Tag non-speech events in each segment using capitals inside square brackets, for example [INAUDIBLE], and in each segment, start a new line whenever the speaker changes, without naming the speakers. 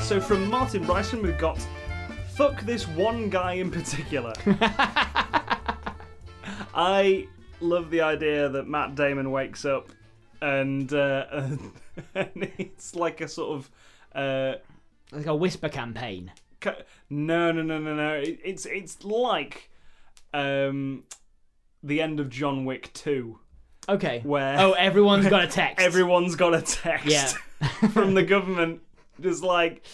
so from Martin Bryson, we've got Fuck This One Guy in Particular. I love the idea that Matt Damon wakes up and, uh, [LAUGHS] and it's like a sort of. Uh,
Like a whisper campaign.
Ca- No, no, no, no, no. It- It's it's like um, the end of John Wick Two,
Okay.
where
Oh,
[LAUGHS]
everyone's got a text.
everyone's got a text
Yeah.
from the government, just like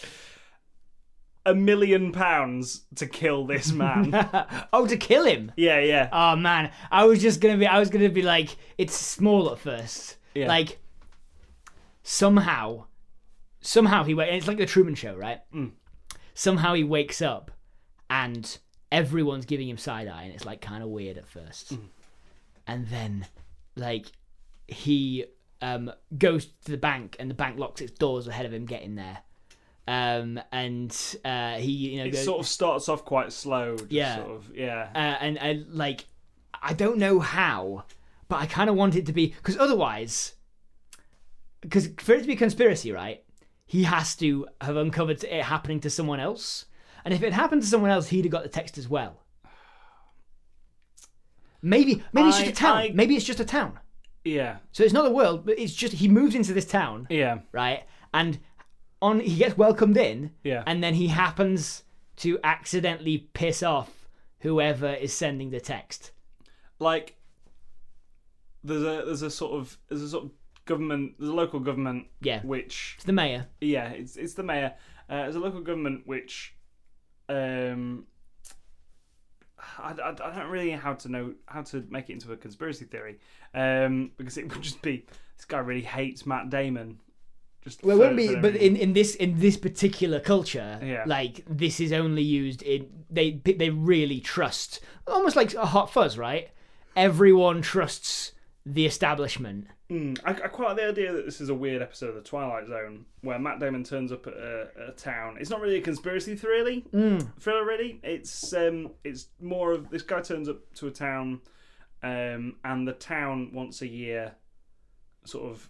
a million pounds to kill this man.
[LAUGHS] [LAUGHS] oh, to kill him.
yeah, yeah,
Oh man, I was just gonna be. I was gonna be like, it's small at first.
Yeah.
Like somehow, somehow he wakes. It's like the Truman Show, right?
Mm.
Somehow he wakes up, and everyone's giving him side eye, and it's like kind of weird at first.
Mm.
And then, like, he um goes to the bank, and the bank locks its doors ahead of him getting there. Um, and uh, he you know
it
goes,
sort of starts off quite slow. Just
Yeah.
sort of, yeah.
uh, and and like I don't know how, but I kind of want it to be because otherwise, because for it to be a conspiracy, right? He has to have uncovered it happening to someone else, and if it happened to someone else, he'd have got the text as well. Maybe maybe it's just
I-
a town.
I-
Maybe it's just a town.
yeah,
So it's not the world, but it's just he moves into this town,
yeah,
right? And on he gets welcomed in,
yeah.
and then he happens to accidentally piss off whoever is sending the text.
like there's a there's a sort of there's a sort of government there's a local government
Yeah.
which
It's the mayor.
yeah, it's it's the mayor. Uh, there's a local government which, um, I, I, I don't really know how to know how to make it into a conspiracy theory, um, because it would just be this guy really hates Matt Damon. Just
Well, it
for-
wouldn't be,
for no
but
reason.
in, in this in this particular culture,
Yeah.
like this is only used in they they really trust almost like a hot fuzz, right? Everyone trusts the establishment.
Mm, I, I quite like the idea that this is a weird episode of the Twilight Zone where Matt Damon turns up at a, a town. It's not really a conspiracy thriller,
Mm.
thriller really. It's um, it's more of this guy turns up to a town, um, and the town once a year, sort of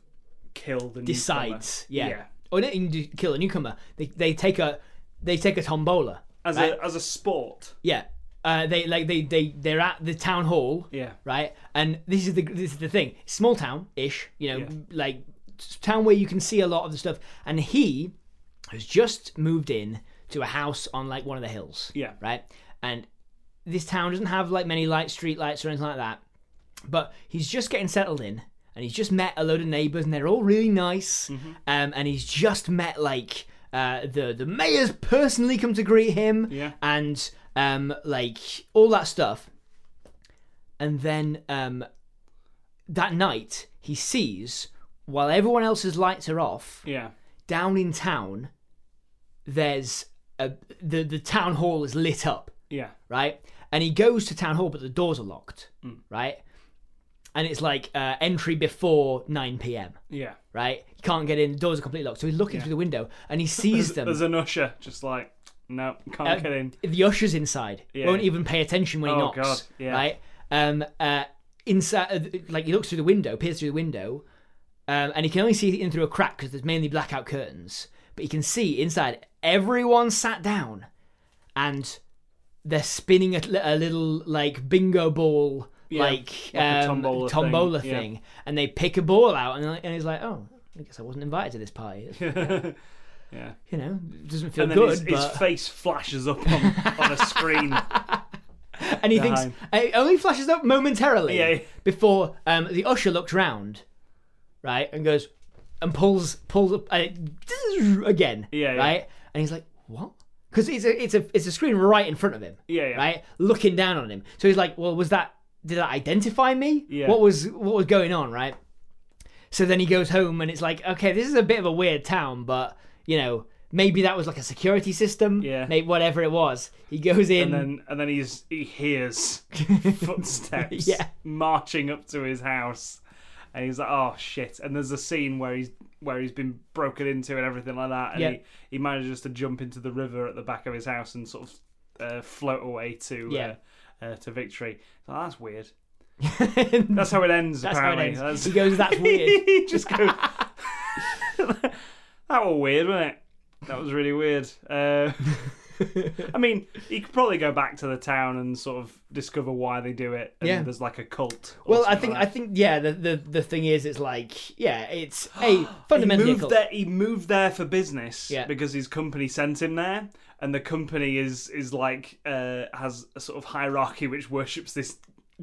kill the
Decides, yeah.
newcomer.
Or they can do- kill a newcomer. They they take a they take a tombola.
as
Right.
a as a sport,
Yeah. Uh, they like they they they're at the town hall.
yeah,
right? And this is the this is the thing, small town ish, you know,
Yeah.
like s- town where you can see a lot of the stuff. And he has just moved in to a house on like one of the hills,
yeah,
right? And this town doesn't have like many light street lights or anything like that, but he's just getting settled in. And he's just met a load of neighbours, and they're all really nice. Um, and he's just met like uh, the the mayor's personally come to greet him
yeah,
and um, like all that stuff. And then um, that night, he sees while everyone else's lights are off
yeah,
down in town, there's a, the the town hall is lit up,
yeah,
right? And he goes to town hall, but the doors are locked, right? And it's like uh, entry before nine p.m.
yeah.
Right, he can't get in. The doors are completely locked. So he's looking through the window, and he sees
[LAUGHS]
them.
There's an usher just like no, can't
Uh,
get in. [LAUGHS]
the ushers inside
Yeah.
won't even pay attention when he
Oh,
knocks.
God, yeah.
Right? Um, uh, inside, uh, like he looks through the window, peers through the window, um, and he can only see in through a crack because there's mainly blackout curtains. But he can see inside. Everyone sat down, and they're spinning a, li- a little like bingo ball. Like,
like a
um,
tombola thing,
tombola
yeah.
thing, and they pick a ball out, and, and he's like, "Oh, I guess I wasn't invited to this party." It's-
yeah.
You know, it doesn't feel
And then
good.
his,
but...
his face flashes up on, on a
[LAUGHS]
screen.
and he
Behind.
thinks it only flashes up momentarily
Yeah.
before um, the usher looks round, right, and goes and pulls pulls up uh, again,
Yeah, yeah.
right, and he's like, what? Because it's a it's a it's a screen right in front of him,
Yeah, yeah.
right, looking down on him. So he's like, well, was that did that identify me?
Yeah.
What was what was going on, right? So then he goes home and it's like, okay, this is a bit of a weird town, but you know. Maybe that was like a security system.
Yeah.
Maybe whatever it was. He goes
and
in.
then and then he's he
[LAUGHS]
hears footsteps
Yeah.
marching up to his house and he's like oh shit and there's a scene where he's where he's been broken into and everything like that and
Yeah.
he, he manages to jump into the river at the back of his house and sort of uh, float away to
Yeah.
uh, uh, to victory so that's
[LAUGHS]
weird
and
that's how it ends
That's how it
apparently [LAUGHS]
ends. [LAUGHS] He goes, "That's weird."
he just goes that were weird wasn't it That was really weird. Uh, I mean, he could probably go back to the town and sort of discover why they do it. And
Yeah.
there's like a cult. or
Well, I
something
think I
like
think yeah. The, the the thing is, it's like yeah, it's a
that.
fundamentally
[GASPS] he
a
moved
cult.
there. He moved there for business
Yeah.
because his company sent him there, and the company is is like uh, has a sort of hierarchy which worships this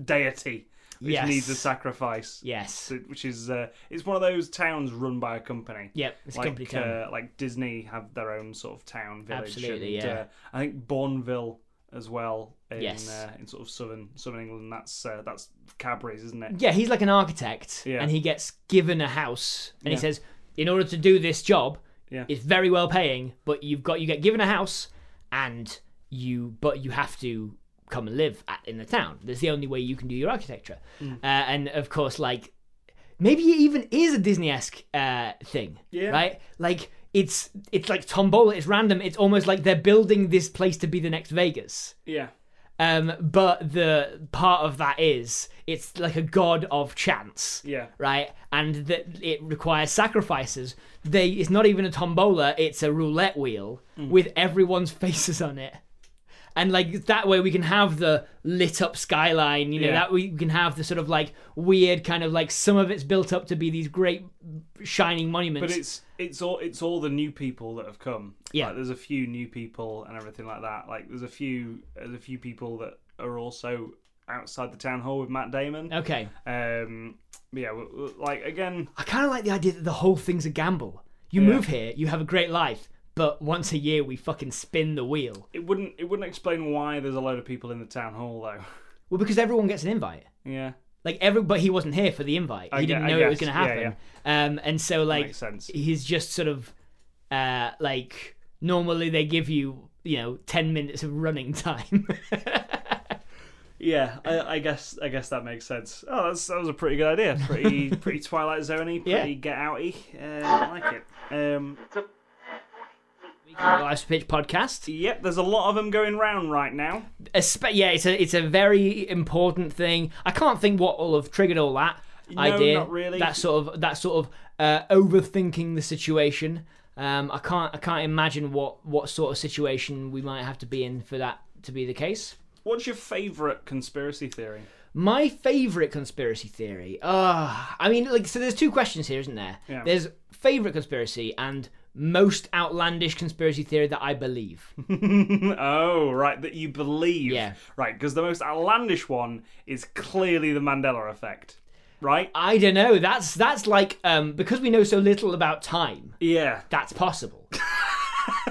deity, which
Yes.
needs a sacrifice.
Yes.
So- Which is uh, it's one of those towns run by a company.
Yep. It's a
like,
company town.
Uh, like Disney have their own sort of town village.
Absolutely,
and,
yeah.
uh, I think Bourneville as well in
Yes.
uh, in sort of southern southern England. That's uh, that's Cadbury's, isn't it?
Yeah, he's like an architect,
Yeah.
and he gets given a house, and he
Yeah.
says, "In order to do this job,
Yeah.
it's very well paying, but you've got you get given a house, and you but you have to come and live at, in the town. That's the only way you can do your architecture."
Mm.
Uh, and of course, like maybe it even is a Disney-esque uh, thing,
Yeah.
right? Like it's it's like tombola, it's random, it's almost like they're building this place to be the next Vegas.
Yeah.
Um, but the part of that is it's like a god of chance,
Yeah.
right? And that it requires sacrifices. They it's not even a tombola; it's a roulette wheel
Mm.
with everyone's [LAUGHS] faces on it. And like that way, we can have the lit up skyline. You know
Yeah.
that we can have the sort of like weird kind of like some of it's built up to be these great shining monuments.
But it's it's all it's all the new people that have come.
Yeah.
Like, there's a few new people and everything like that. Like there's a few there's a few people that are also outside the town hall with Matt Damon.
okay.
Um. Yeah. w- w- Like again.
I kind of like the idea that the whole thing's a gamble. You move here, you have a great life, but once a year we fucking spin the wheel.
It wouldn't it wouldn't explain why there's a load of people in the town hall though. [LAUGHS]
Well, because everyone gets an invite.
yeah,
Like every, but he wasn't here for the invite. He
gue-
didn't
I
know it was
guess.
going to happen.
Yeah,
Um, and so like
makes sense.
he's just sort of uh, like normally they give you you know ten minutes of
[LAUGHS]
running [LAUGHS] time.
Yeah, I, I guess I guess that makes sense. Oh, that's, that was a pretty good idea.
[LAUGHS]
Pretty pretty Twilight Zoney. Pretty
Yeah.
Get Outy. Uh, I like it. Um,
Life's Pitch podcast.
yep, there's a lot of them going round right now.
Espe- yeah, it's a it's a very important thing. I can't think what all have triggered all that idea.
not really.
That sort of that sort of uh, overthinking the situation. Um, I can't I can't imagine what what sort of situation we might have to be in for that to be the case.
What's your favourite conspiracy theory? [LAUGHS]
My favorite conspiracy theory. Uh I mean, like, so there's two questions here, isn't there?
Yeah.
There's favorite conspiracy and most outlandish conspiracy theory that
[LAUGHS]
I believe.
oh, right, that you believe.
Yeah.
Right, because the most outlandish one is clearly the Mandela effect. Right.
I don't know. That's that's like um, because we know so little about time.
Yeah.
That's possible. [LAUGHS]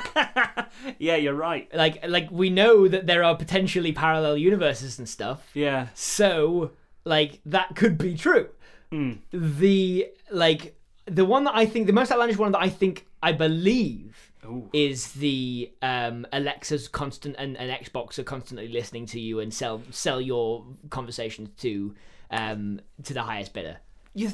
Yeah, you're right.
like like we know that there are potentially parallel universes and stuff
Yeah.
so like that could be true
Hmm.
the like the one that i think the most outlandish one that i think i believe
Ooh.
is the um alexa's constant and, and xbox are constantly listening to you and sell sell your conversations to um to the highest bidder
You.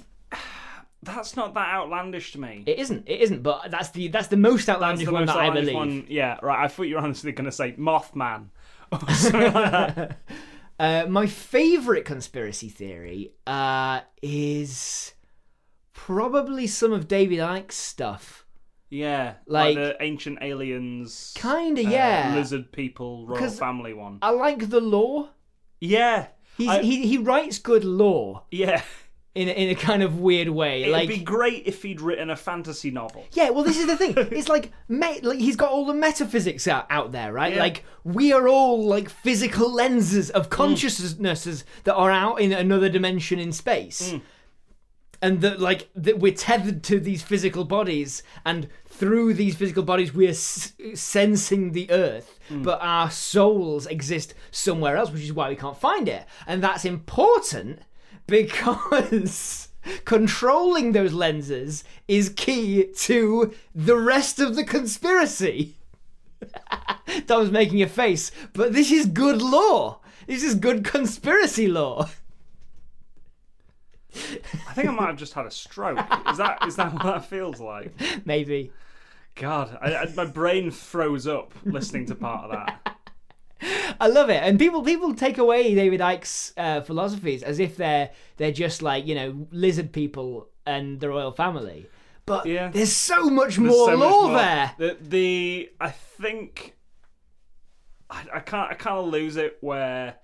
That's not that outlandish to me.
it isn't it isn't but that's the that's the most outlandish
the
one
most
that i
outlandish
believe
one- Yeah, right. I thought you were honestly going to say Mothman. [LAUGHS] or something like that.
[LAUGHS] Uh, my favorite conspiracy theory uh, is probably some of David Icke's stuff.
yeah,
Like-
like, the ancient aliens,
Kinda,
uh,
yeah.
lizard people, royal
'Cause-
family one.
I like the lore.
Yeah,
He's,
I-
he he writes good lore
yeah.
in a, in a kind of weird way. like
It'd be great if he'd written a fantasy novel.
yeah, well, this is
[LAUGHS]
the thing. It's like, me- like he's got all the metaphysics out, out there, right?
Yeah.
Like we are all like physical lenses of consciousnesses that are out in another dimension in
Mm.
space. and that like that we're tethered to these physical bodies and through these physical bodies we're s- sensing the earth but our souls exist somewhere else which is why we can't find it and that's important because [LAUGHS] controlling those lenses is key to the rest of the conspiracy [LAUGHS] Tom's making a face, but this is good law. This is good conspiracy law. [LAUGHS]
I think I might have just had a stroke. Is that is that what that feels like?
Maybe.
God, I, I, my brain froze up listening to part of that.
I love it, and people people take away David Icke's uh, philosophies as if they're they're just like you know lizard people and the royal family, But
Yeah.
there's so much
There's
more
so much
lore
more.
there.
The, the I think I, I can't I kind of lose it where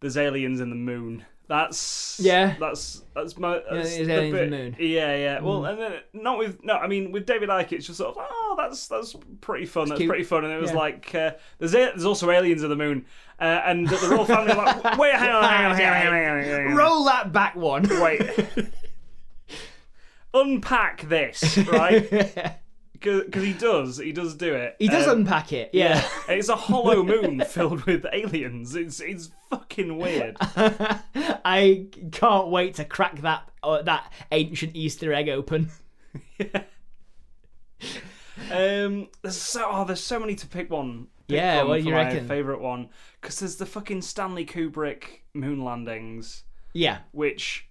there's aliens in the moon. That's
Yeah.
That's that's my that's
there's
the
aliens in
bit-
the moon.
Yeah, yeah. Well, and then not with no. I mean, with David Icke, it's just sort of oh, that's that's pretty fun. That's
cute.
pretty fun. And it was
Yeah.
like uh, there's a- there's also aliens in the moon, uh, and the royal family are like wait, hang on, hang on, hang on, hang on, hang on, hang on.
Roll that back one.
Wait. Unpack this, right? Because he does, he does do it.
[LAUGHS] he does
Um,
unpack it. Yeah.
It's a
[LAUGHS]
hollow moon filled with aliens. It's it's fucking weird.
[LAUGHS] I can't wait to crack that uh, that ancient Easter egg open.
Um, there's so oh, there's so many to pick one. pick
Yeah,
from
what do
for
you
my
reckon?
Favorite one because there's the fucking Stanley Kubrick moon landings,
Yeah. [LAUGHS]
which.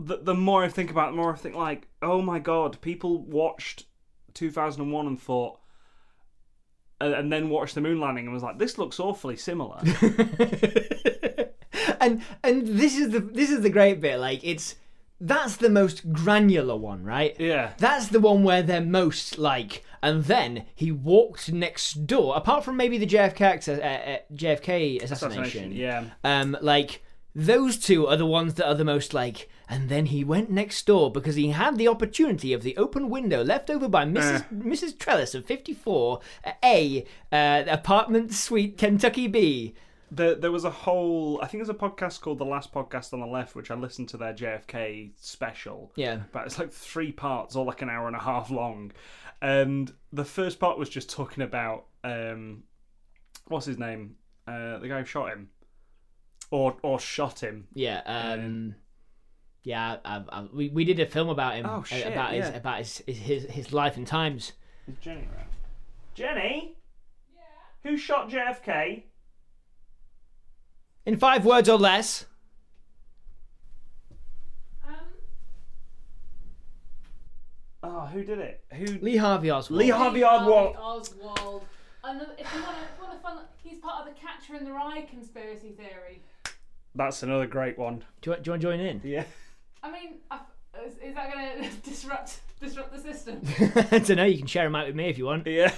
The, the more I think about it, the more I think like, oh my god, people watched 2001 and thought, and, and then watched the moon landing and was like, this looks awfully
[LAUGHS]
similar.
and and this is the this is the great bit. Like it's that's the most granular one, right?
yeah,
That's the one where they're most like. And then he walked next door. Apart from maybe the JFK acc- uh, uh, JFK assassination,
yeah.
Um, like those two are the ones that are the most like. And then he went next door because he had the opportunity of the open window left over
Eh.
by Mrs. Mrs. Trellis of 54 uh, A, uh, apartment suite Kentucky B.
There, there was a whole. I think there's a podcast called The Last Podcast on the Left, which I listened to their JFK special.
Yeah.
But it's like three parts, all like an hour and a half long. And the first part was just talking about um, what's his name, uh, the guy who shot him, or or shot him.
Yeah. Um, yeah. I, I, we we did a film about him.
Oh,
uh,
shit,
about his
yeah.
about his, his his his life and times.
Is Jenny around? Jenny. Yeah. Who shot JFK?
In five words or less.
Um,
Oh, who did it? Who?
Lee Harvey Oswald.
Lee Harvey Oswald.
Oswald. Another, if you want to, if you want to fun, he's part of the Catcher in the Rye conspiracy theory.
That's another great one.
do, you, want- do you want to join in? [LAUGHS]
Yeah.
I mean, I, is, is that going to [LAUGHS] disrupt disrupt the system?
I don't know. You can share him out with me if you
[LAUGHS]
want.
Yeah.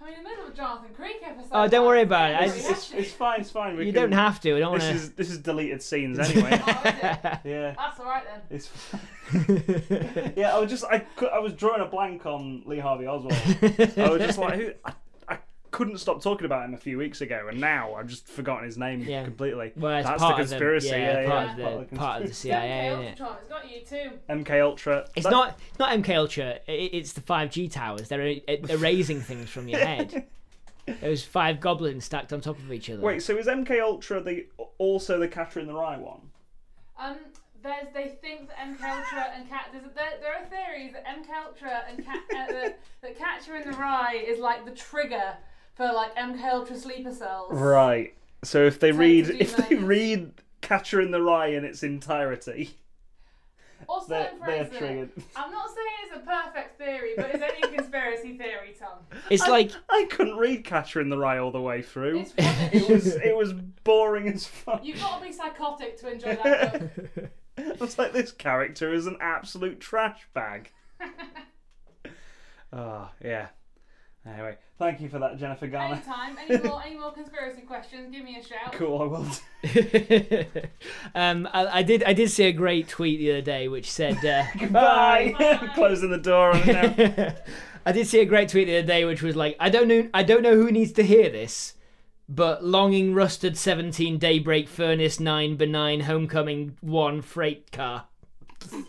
I mean, in the middle of Jonathan Creek episode.
Oh, don't worry about it. I
It's-
It's,
just,
it's, it's fine. It's fine. We
you
can-
don't have to. I don't want
This is this is deleted scenes
[LAUGHS]
anyway.
Oh, is it?
yeah.
That's all right then.
It's [LAUGHS]
to.
yeah. I was just I cou- I was drawing a blank on Lee Harvey
[LAUGHS]
Oswald. I was just like who. I, I couldn't stop talking about him a few weeks ago, and now I've just forgotten his name
Yeah.
completely.
Well, it's
That's
part
the
of the-
conspiracy.
yeah,
yeah,
part
yeah,
of the- part of the
Yeah,
CIA, isn't it?
Ultron, it's got you too.
MK Ultra.
It's not it's not MK Ultra. i- i- It's the five G towers. They're e- e- erasing things from
[LAUGHS]
your head. Those five goblins stacked on top of each other.
Wait, so is MK Ultra the also the Catcher in the Rye one?
Um, there's they think that MK Ultra and Cat. There's, there, there are theories that MK Ultra and Cat uh, that, that Catcher in the Rye is like the trigger for like MK Ultra sleeper cells.
Right. So if they read
read- to do
if they
those.
read Catcher in the Rye in its entirety, [LAUGHS]
Also,
they're, they're
embrace it.
triggered.
I'm not saying it's a perfect theory, but it's any conspiracy theory, Tom.
It's like [LAUGHS]
I couldn't read Catcher in the Rye all the way through.
It's rubbish.
It [LAUGHS] was it was boring as fuck.
You've got to be psychotic to enjoy that book.
[LAUGHS] I was like, this character is an absolute trash
[LAUGHS]
bag. oh yeah. Anyway, thank you for that, Jennifer Garner.
Anytime, any more, any more conspiracy questions, give me a
[LAUGHS]
shout.
Cool, I will. do.
[LAUGHS] um, I, I did I did see a great tweet the other day which
[LAUGHS]
said uh,
Bye.
Bye.
[LAUGHS] Closing the door on it now.
[LAUGHS] I did see a great tweet the other day which was like I don't know I don't know who needs to hear this, but longing rusted seventeen daybreak furnace nine benign homecoming one freight car. [LAUGHS]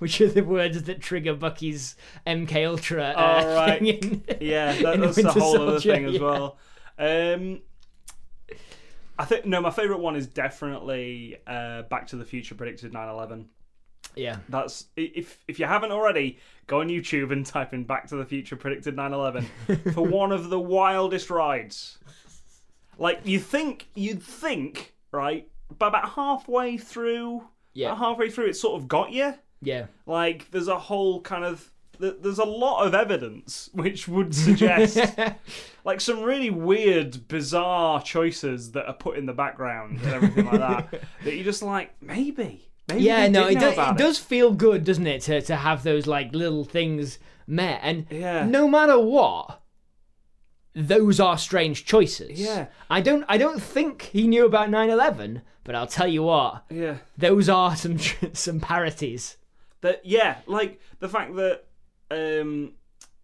Which are the words that trigger Bucky's MK Ultra uh,
All right.
thing in- [LAUGHS]
Yeah, that,
in the
that's a
Winter
whole other
Soldier,
thing as
yeah.
well. Um, I think no, my favorite one is definitely uh, Back to the Future predicted 9/11.
Yeah.
That's i- if if you haven't already, go on YouTube and type in Back to the Future predicted
[LAUGHS]
9/11 for one of the wildest rides. Like you think you'd think right, but about halfway through,
Yeah.
about halfway through, it sort of got you.
Yeah.
Like there's a whole kind of th- there's a lot of evidence which
[LAUGHS]
would suggest like some really weird,
[LAUGHS]
bizarre choices that are put in the background and everything like that. That you're just like, maybe,
Maybe
Yeah,
they
no,
did
it,
know
does,
about
it does feel good, doesn't it, to, to have those like little things met. And
Yeah.
no matter what, those are strange choices.
Yeah.
I don't I don't think he knew about 9/11, but I'll tell you what,
Yeah.
those are [LAUGHS] some some parodies.
That yeah, like the fact that um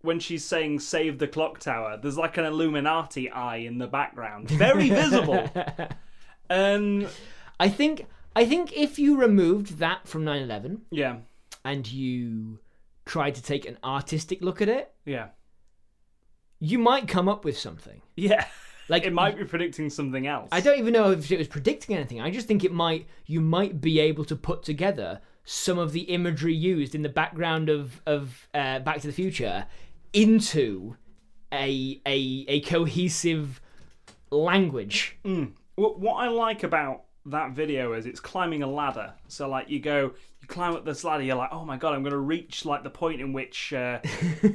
when she's saying save the clock tower, there's like an Illuminati eye in the background.
[LAUGHS]
Very visible. Um
I think I think if you removed that from 9/11
yeah.
and you tried to take an artistic look at it,
Yeah.
you might come up with something.
Yeah.
Like
It might be predicting something else.
I don't even know if it was predicting anything. I just think it might you might be able to put together some of the imagery used in the background of of uh, Back to the Future into a a a cohesive language.
What, what I like about that video is it's climbing a ladder. So like you go, you climb up this ladder. You're like, oh my god, I'm gonna reach like the point in which, uh,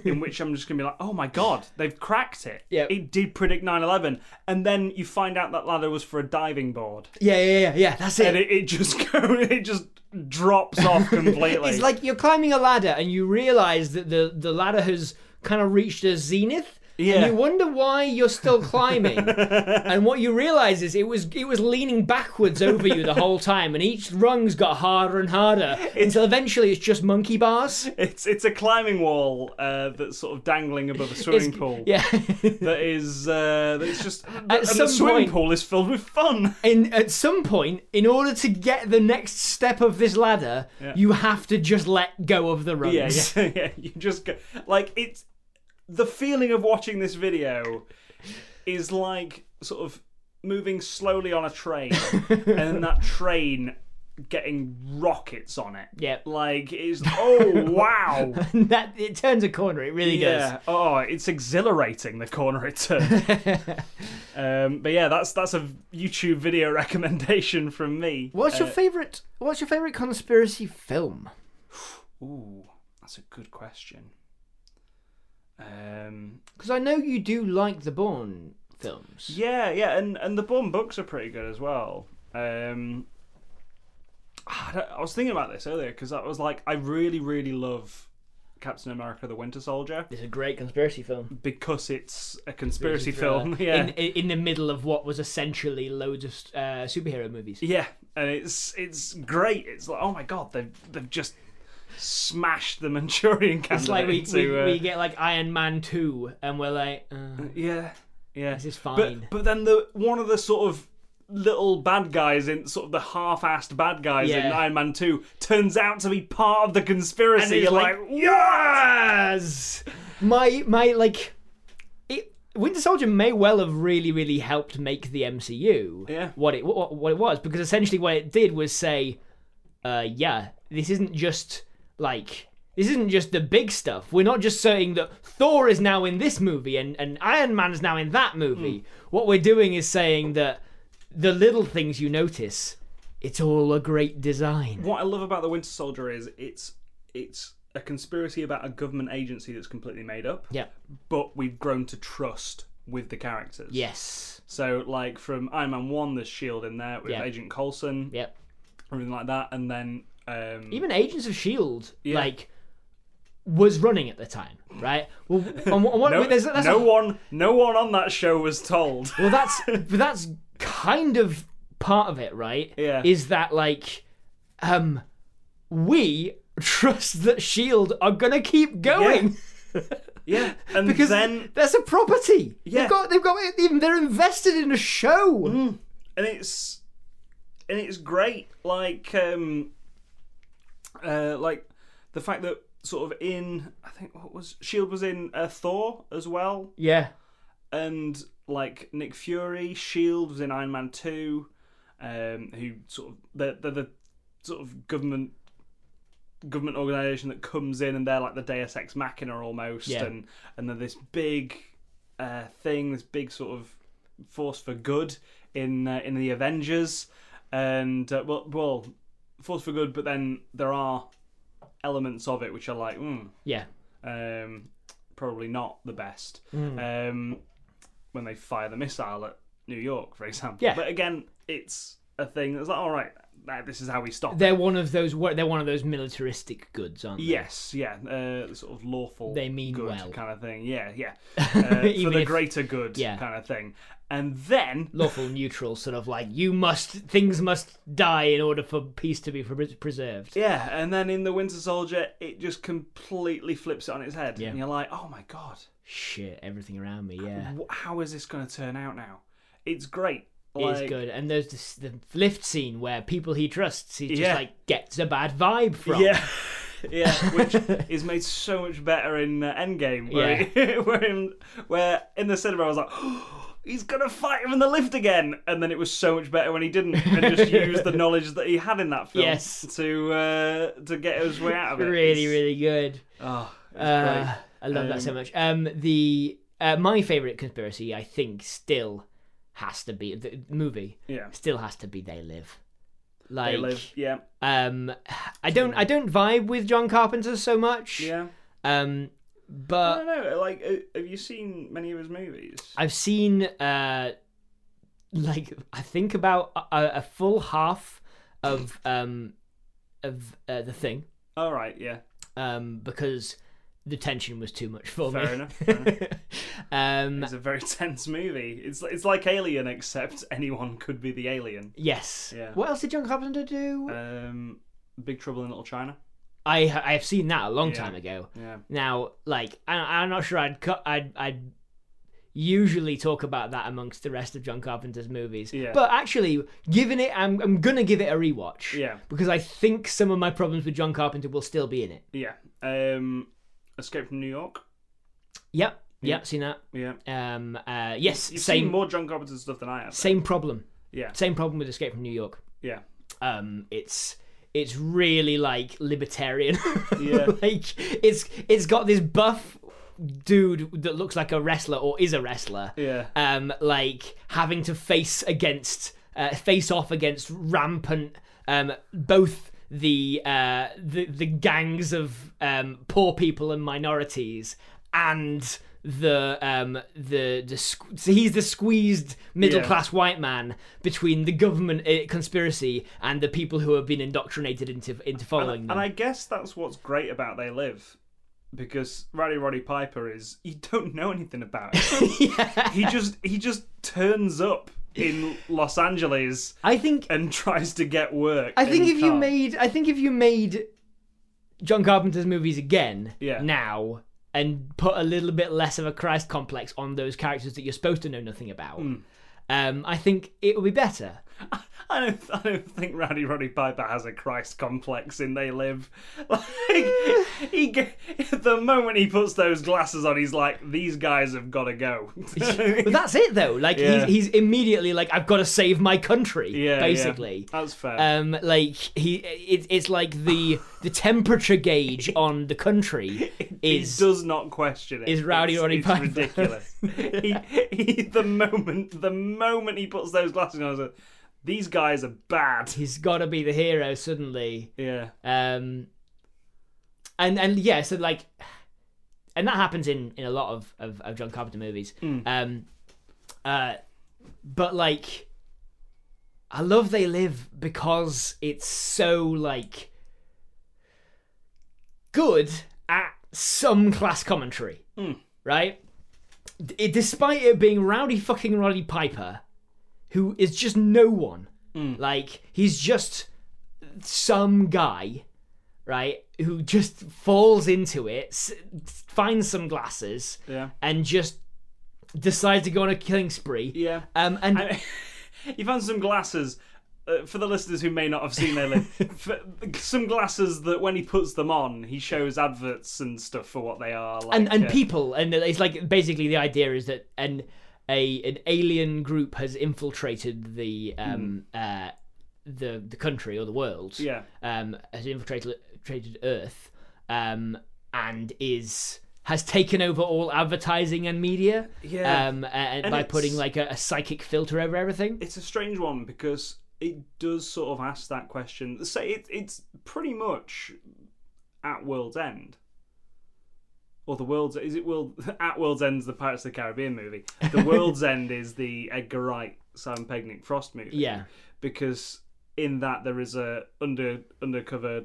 in which I'm just gonna be like, oh my god, they've cracked it.
Yeah.
it did predict 9/11, and then you find out that ladder was for a diving board,
Yeah, yeah, yeah, yeah. That's
and
it.
it, it just [LAUGHS] go, it just drops off completely.
[LAUGHS] It's like you're climbing a ladder and you realize that the the ladder has kind of reached a zenith. And
Yeah.
you wonder why you're still climbing, and what you realise is it was it was leaning backwards over you the whole time, and each rung's got harder and harder until eventually it's just monkey bars.
it's it's a climbing wall uh, that's sort of dangling above a swimming
It's-
pool.
Yeah. [LAUGHS]
That is, uh, that's just. and
some
the swimming
point-
pool is filled with fun.
And at some point, in order to get the next step of this ladder,
Yeah.
you have to just let go of the rungs.
Yeah, yeah, [LAUGHS] yeah. You just go, like it's the feeling of watching this video is like sort of moving slowly on a train, and then that train getting rockets on it.
Yep. [LAUGHS]
Like it's oh wow.
that it turns a corner. It really
Yeah. Oh, it's exhilarating the corner it turned.
does.
um, but yeah, that's that's a YouTube video [LAUGHS] recommendation from me.
What's your
Uh,
favorite? What's your favorite conspiracy film?
Ooh, that's a good question. Um,
Because I know you do like the Bourne films.
Yeah, yeah, and and the Bourne books are pretty good as well. Um, I, don't- I was thinking about this earlier because I was like, I really, really love Captain America: The Winter Soldier
It's a great conspiracy film.
because it's a conspiracy film. [LAUGHS] Yeah,
uh, In, in the middle of what was essentially loads of uh, superhero movies.
yeah, and it's it's great. It's like, oh my god, they've they've just smashed the Manchurian
It's
Candidate
like we,
into.
we,
uh,
we get like Iron Man two, and we're like, uh,
yeah, yeah.
this is
But,
fine.
but then the one of the sort of little bad guys in sort of the half-assed bad guys in
Yeah.
Iron Man Two turns out to be part of the conspiracy.
And
You're
it's like,
like, yes,
my my like, it, Winter Soldier may well have really really helped make the MCU
Yeah.
what it what, what it was because essentially what it did was say, uh, yeah, this isn't just like this isn't just the big stuff. We're not just saying that Thor is now in this movie and and Iron Man is now in that movie.
Hmm.
What we're doing is saying that the little things you notice, it's all a great design.
what I love about the Winter Soldier is it's it's a conspiracy about a government agency that's completely made up.
Yeah.
But we've grown to trust with the characters.
Yes.
So like from Iron Man One, there's Shield E in there with
Yeah.
Agent Coulson,
Yep.
everything like that, and then um,
even Agents of Shield, E like, was running at the time, right? Well, on, on what,
[LAUGHS] no,
there's, that's
no one, no one on that show was told.
[LAUGHS] well, that's but that's kind of part of it, right?
Yeah.
Is that like, um, we trust that Shield E are gonna keep going. [LAUGHS]
Yeah, and
Because
then
that's a property.
Yeah. Mm-hmm.
They've got they've got even they're invested in a show.
and it's and it's great like um uh like the fact that sort of in i think what was shield was in uh, thor as well
Yeah.
and like nick fury shield E was in iron man 2 um who sort of they're, they're the sort of government government organization that comes in and they're like the deus ex machina almost
Yeah.
and and they're this big uh thing this big sort of force for good in uh, in the avengers and uh, well well force for good but then there are elements of it which are like mm,
Yeah.
um, probably not the best.
Hmm.
Um, when they fire the missile at New York, for example.
Yeah.
But again, it's a thing that's like, all right, that this is how we stop. it.
They're one of those. wo- They're one of those militaristic goods, aren't they?
Yes, yeah, uh, the sort of lawful.
They mean
good
well.
kind of thing. Yeah,
[LAUGHS]
yeah, uh, for
Even
the
if-
greater good,
yeah.
kind of thing. And then
Lawful neutral, sort of like you must things must die in order for peace to be pre- preserved.
Yeah, and then in the Winter Soldier, it just completely flips it on its head,
Yeah.
and you're like, "Oh my god,
Shit, everything around me. Yeah,
wh- how is this going to turn out now?" It's great.
it
Like,
is good. And there's this, the lift scene where people he trusts, he just
Yeah.
like gets a bad vibe from.
Yeah, [LAUGHS] yeah,
[LAUGHS]
which is made so much better in uh, Endgame, where, [LAUGHS] where, in, where in the cinema I was like. [GASPS] He's gonna fight him in the lift again, and then it was so much better when he didn't, and
[LAUGHS]
just used the knowledge that he had in that film
Yes.
to uh, to get his way out of it.
really,
It's-
really good.
oh, it's great.
Uh, I love that so much. Um, the uh, my favorite conspiracy, I think, still has to be the movie.
Yeah.
still has to be They Live. Like,
They live, yeah,
um, I don't, I don't vibe with John Carpenter so much.
yeah.
Um,
I
but
don't know. Like, uh, have you seen many of his movies?
I've seen, uh, like, I think about a, a full half of um of uh, the thing.
All right, yeah,
Um, because the tension was too much for
fair
me.
enough. Fair enough.
[LAUGHS] um,
It's a very [LAUGHS] tense movie. It's it's like Alien, except anyone could be the alien.
Yes.
Yeah.
What else did John Carpenter do?
Um, Big Trouble in Little China.
I I have seen that a long
Yeah.
time ago.
Yeah,
Now, like, I, I'm not sure I'd cut. I'd I'd usually talk about that amongst the rest of John Carpenter's movies.
Yeah.
But actually, given it, I'm I'm gonna give it a rewatch.
yeah,
Because I think some of my problems with John Carpenter will still be in it.
yeah. Um, Escape from New York.
Yep. Yep. Seen that.
Yeah,
Um. Uh. Yes.
Hmm. you've seen
same.
more John Carpenter stuff than I have.
Same problem.
Yeah.
Same problem with Escape from New York.
Yeah,
um it's it's really like libertarian [LAUGHS]
Yeah.
like it's it's got this buff dude that looks like a wrestler or is a wrestler
yeah,
um like having to face against uh, face off against rampant um both the uh the the gangs of um poor people and minorities and the um the, the squ- so he's the squeezed middle
Yeah.
class white man between the government uh, conspiracy and the people who have been indoctrinated into into following
and,
them
and I guess that's what's great about They Live, because Roddy Roddy Piper is you don't know anything about it.
[LAUGHS] yeah.
he just he just turns up in Los Angeles
I think
and tries to get work.
I think
and
if you
can't.
made, I think if you made John Carpenter's movies again
Yeah.
now and put a little bit less of a Christ complex on those characters that you're supposed to know nothing about,
Hmm.
um, I think it would be better.
I don't, I don't think Rowdy Roddy Piper has a Christ complex in They Live. [LAUGHS] Like
[LAUGHS]
he, ge- the moment he puts those glasses on, he's like, "These guys have got to go." [LAUGHS]
But that's it though. Like
Yeah.
he's, he's immediately like, I've got to save my country,
yeah,
basically.
yeah. that's fair.
Um, like he, it, it's like the the
[LAUGHS]
temperature gauge on the country is
he does not question it.
is Rowdy
it's,
Roddy
it's
Piper. [LAUGHS]
ridiculous. he, he, the moment, the moment he puts those glasses on, he's like, these guys are bad. [LAUGHS]
he's got to be the hero suddenly.
Yeah,
um and and yeah so like and that happens in in a lot of of, of john carpenter movies um uh but like i love they live because it's so like good at some class commentary right D- it, despite it being rowdy fucking roddy piper who is just no one like he's just some guy, right, who just falls into it, s- finds some glasses,
yeah,
and just decides to go on a killing spree.
yeah.
Um, and
[LAUGHS] He found some glasses. Uh, for the listeners who may not have seen their
[LAUGHS]
list, for, some glasses that when he puts them on, he shows adverts and stuff for what they are. Like,
and, and
uh,
people, and it's like basically the idea is that an a an alien group has infiltrated the um uh the the country or the world.
Hmm. yeah,
um, has infiltrated infiltrated Earth um, and is has taken over all advertising and media.
Yeah.
Um, a- and by
it's-
putting like a, a psychic filter over everything.
it's a strange one because it does sort of ask that question. Say it, it's pretty much at world's end. Or the world's is it world [LAUGHS] at world's end's the Pirates of the Caribbean movie.
[LAUGHS]
The world's end is the Edgar Wright Simon Pegnick Frost movie.
yeah.
because in that there is a under undercover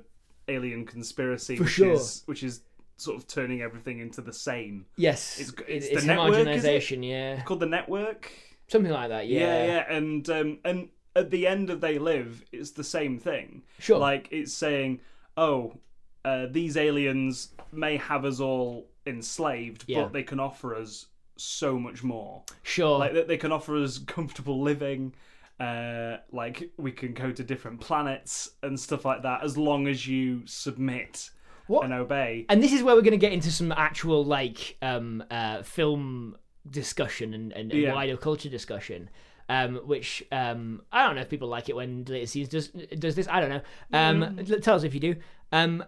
alien conspiracy,
For
which
sure.
is which is sort of turning everything into the same.
Yes,
It's- it's
it's, it's,
the network, is it?
homogenization. Yeah,
Called the network.
something like that. Yeah,
yeah, and um, and at the end of They Live, it's the same thing.
sure.
Like it's saying, "Oh, uh, these aliens may have us all enslaved,
Yeah.
but they can offer us so much more.
sure.
Like that they can offer us [LAUGHS] comfortable living. Uh, like we can go to different planets and stuff like that, as long as you submit
What-
and obey."
and this is where we're going to get into some actual like um uh film discussion and, and, and
Yeah.
wider culture discussion um which um i don't know if people like it when later seasons does does this i don't know um
Mm.
l- tell us if you do um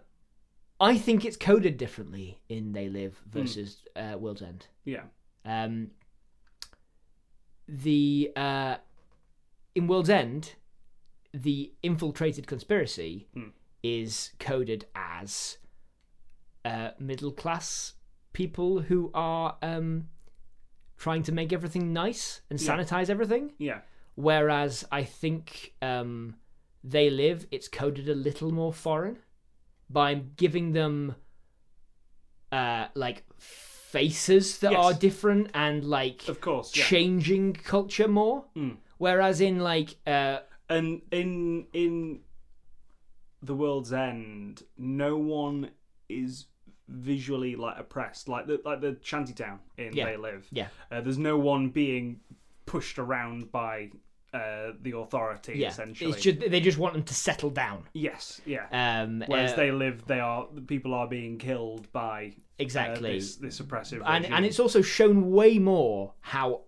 i think it's coded differently in they live versus uh, world's end
Hmm. Yeah,
um, the uh, in World's End, the infiltrated conspiracy
Hmm.
is coded as uh, middle class people who are um, trying to make everything nice and
Yeah.
sanitize everything.
yeah,
Whereas I think um, they live, it's coded a little more foreign by giving them uh, like faces that
Yes.
are different and like
of course. Yeah.
changing culture more.
Mm.
Whereas in like uh,
and in in the world's end no one is visually like oppressed like the like the shantytown in
Yeah.
they live
yeah,
uh, there's no one being pushed around by uh the authority
yeah,
essentially
it's just they just want them to settle down.
yes yeah
Um,
Whereas
uh,
they live, they are the people are being killed by uh,
exactly,
this, this oppressive
and
regime.
and it's also shown way more how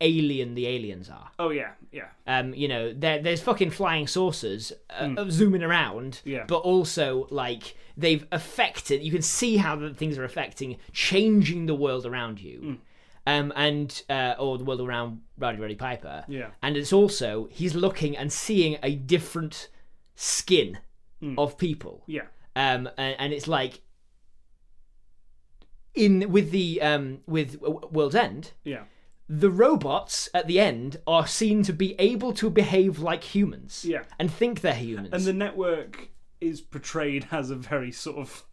alien the aliens are.
oh yeah, yeah,
um, you know, there, there's fucking flying saucers uh, uh, zooming around,
Mm. Yeah.
but also like they've affected. You can see how the things are affecting, changing the world around you,
Mm.
um, and uh, or the world around Roddy Roddy Piper.
Yeah.
and it's also he's looking and seeing a different skin
Hmm.
of people
yeah,
um, and, and it's like in with the um, with W- World's End,
yeah,
the robots at the end are seen to be able to behave like humans
yeah.
and think they're humans.
And the network is portrayed [LAUGHS] as a very sort of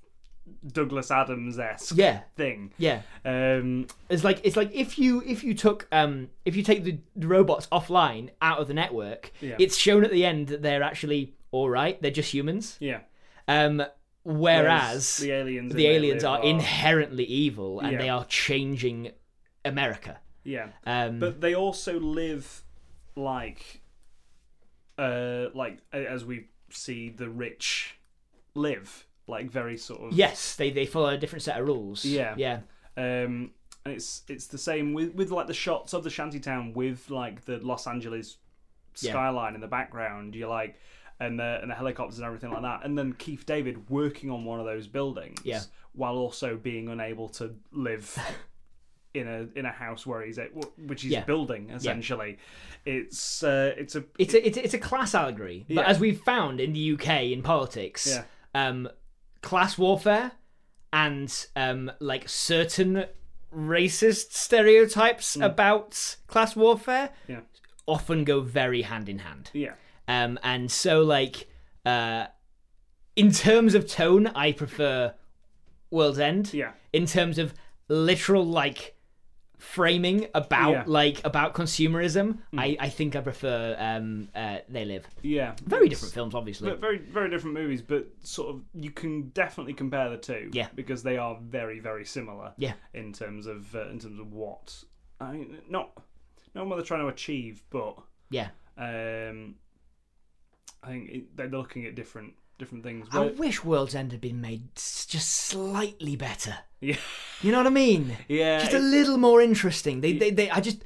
Douglas Adams esque
yeah,
thing.
yeah.
Um,
It's like it's like if you if you took um if you take the, the robots offline out of the network,
Yeah.
it's shown at the end that they're actually all right. They're just humans.
yeah.
Um, whereas,
the aliens,
the
in there
aliens
live
are inherently evil and
Yeah.
they are changing America.
Yeah,
Um,
but they also live like, uh, like a- as we see the rich live, like very sort of
yes, they they follow a different set of rules.
Yeah.
yeah.
Um, and it's it's the same with with like the shots of the shantytown with like the Los Angeles
Yeah.
skyline in the background. You're like. And the, and the helicopters and everything like that, and then Keith David working on one of those buildings,
Yeah.
while also being unable to
[LAUGHS]
live in a in a house where he's at, which he's
Yeah.
building essentially. It's uh, it's a
it's a it's a, it's a class allegory. But
Yeah.
as we've found in the UK in politics,
Yeah.
um, class warfare and um, like certain racist stereotypes about class warfare
Mm. Yeah.
often go very hand in hand.
yeah
Um, and so like uh, in terms of tone, I prefer World's End
yeah
in terms of literal like framing about
Yeah. Mm.
like about consumerism I, I think i prefer um uh they live
yeah
very
It's-
different films obviously
But very very different movies, but sort of you can definitely compare the two.
Yeah.
Because they are very very similar.
Yeah.
In terms of uh, in terms of what I mean, not not what they're trying to achieve, but
yeah
um, I think it, they're looking at different different things.
i
Where-
wish world's end had been made s- just slightly better
[LAUGHS] yeah.
you know what i mean
Yeah.
just a
it-
little more interesting they, they they i just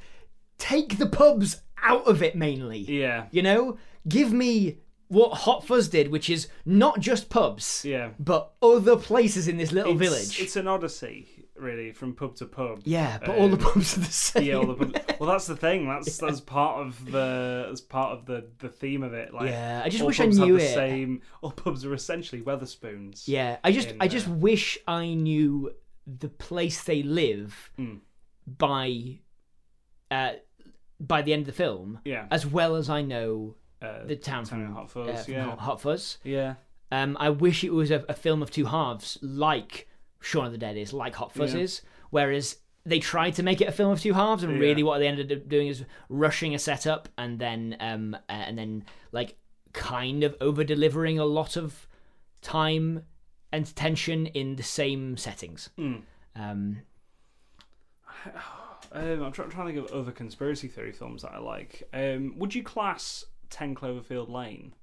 take the pubs out of it mainly
yeah.
you know give me what hot fuzz did which is not just pubs
Yeah.
but other places in this little
It's-
village
It's an odyssey, really, from pub to pub.
Yeah, but all the
Um,
pubs are the same.
[LAUGHS] Yeah, all the pub- well, that's the thing. That's that's part of the that's part of the the theme of it. Like,
Yeah, I just
all
wish I
pubs have
knew
the
it.
Same, all pubs are essentially Weatherspoons.
[LAUGHS] Yeah, I just
in, uh,
I just wish I knew the place they live
Mm.
by uh by the end of the film
Yeah.
as well as I know
uh,
the town
Town in
from,
Hot
uh,
Fuzz.
from
yeah,
Hot- Hot Fuzz.
yeah.
Um, I wish it was a, a film of two halves, like Shaun of the Dead is, like Hot Fuzz
Yeah.
is. Whereas they tried to make it a film of two halves, and
Yeah.
really what they ended up doing is rushing a setup and then um, uh, and then like kind of over delivering a lot of time and tension in the same settings.
Mm.
Um,
Um, I'm try- trying to think of other conspiracy theory films that I like. Um, would you class Ten Cloverfield Lane?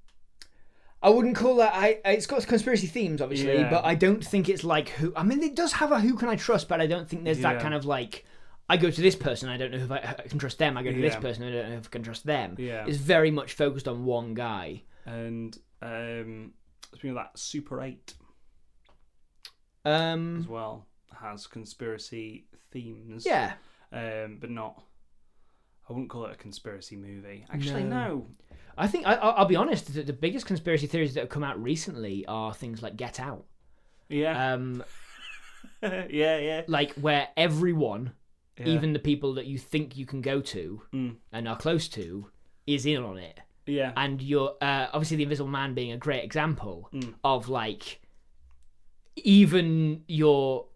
I wouldn't call that. I I- it's got conspiracy themes, obviously,
Yeah.
but I don't think it's like who. I mean, it does have a who can I trust, but I don't think there's
Yeah.
that kind of like. I go to this person, I don't know if I, I can trust them. I go to this
Yeah.
person, I don't know if I can trust them.
Yeah.
It's very much focused on one guy.
And um, speaking of that, Super Eight as
Um,
well has conspiracy themes.
yeah,
Um, but not. I wouldn't call it a conspiracy movie. Actually,
No.
no.
I think I, I'll I'll be honest. The, the biggest conspiracy theories that have come out recently are things like Get
[LAUGHS]
Out,
Yeah.
um,
[LAUGHS] yeah. Yeah.
like where everyone,
Yeah.
Uh, even the people that you think you can go to
Mm.
and are close to, is in on it.
Yeah.
and you're uh, obviously the invisible man being a great example
Mm.
of like even your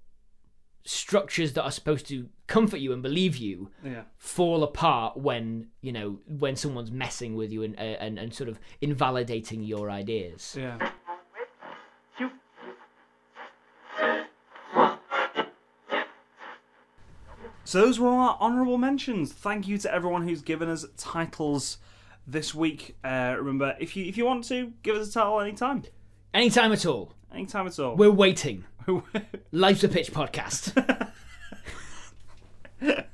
structures that are supposed to comfort you and believe you
Yeah.
fall apart when you know when someone's messing with you and uh, and, and sort of invalidating your ideas
Yeah. So those were all our honourable mentions. Thank you to everyone who's given us titles this week. Uh, remember, if you if you want to, give us a title anytime,
anytime at all
anytime at all.
we're waiting life's a pitch podcast
[LAUGHS]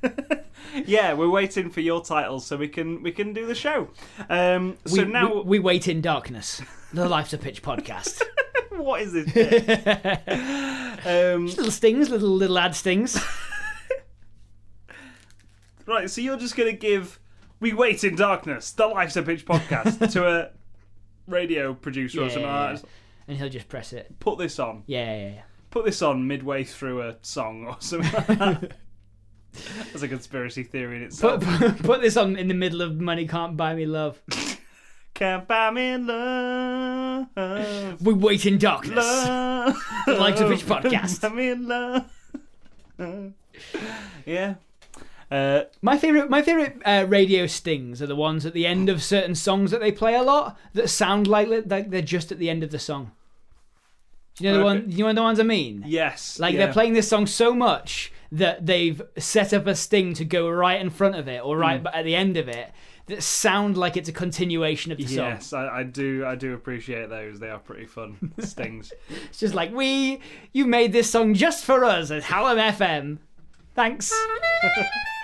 yeah, we're waiting for your titles so we can we can do the show. Um, so [LAUGHS]
we,
now,
we, we wait in darkness the life's a pitch podcast [LAUGHS]
what is this? bit? um,
little stings little little ad stings
Right, so you're just going to give We Wait in Darkness, the Life's a Pitch
[LAUGHS]
podcast, to a radio producer or
Yeah,
something
yeah,
like that.
yeah. and he'll just press it
Put this on.
yeah yeah, yeah.
Put this on midway through a song or something like
[LAUGHS]
that. That's a conspiracy theory in
put,
itself.
put, [LAUGHS] put this on in the middle of Money Can't Buy Me Love.
Can't buy me
[LAUGHS]
love.
We wait in darkness.
Love.
Life's a Pitch podcast.
Buy me love. yeah. Uh,
My favorite, my favorite uh, radio stings are the ones at the end of certain songs that they play a lot that sound like li- like they're just at the end of the song. Do you know the
Okay.
one? You know the ones I mean?
yes.
Like
yeah.
they're playing this song so much that they've set up a sting to go right in front of it or right
Mm.
b- at the end of it that sound like it's a continuation of the song.
Yes, I, I do. I do appreciate those. They are pretty
[LAUGHS]
fun stings.
It's just like we, you made this song just for us at Hallam FM. Thanks.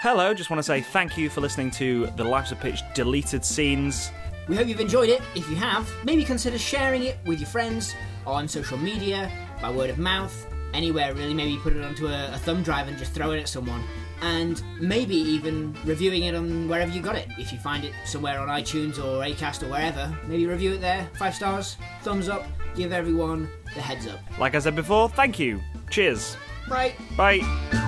Hello, just want to say thank you for listening to the Life's a Pitch deleted scenes.
We hope you've enjoyed it. If you have, maybe consider sharing it with your friends on social media, by word of mouth, anywhere really. Maybe put it onto a, a thumb drive and just throw it at someone. And maybe even reviewing it on wherever you got it. If you find it somewhere on iTunes or Acast or wherever, maybe review it there. Five stars, thumbs up, give everyone the heads up.
Like I said before, thank you. Cheers.
Right.
Bye.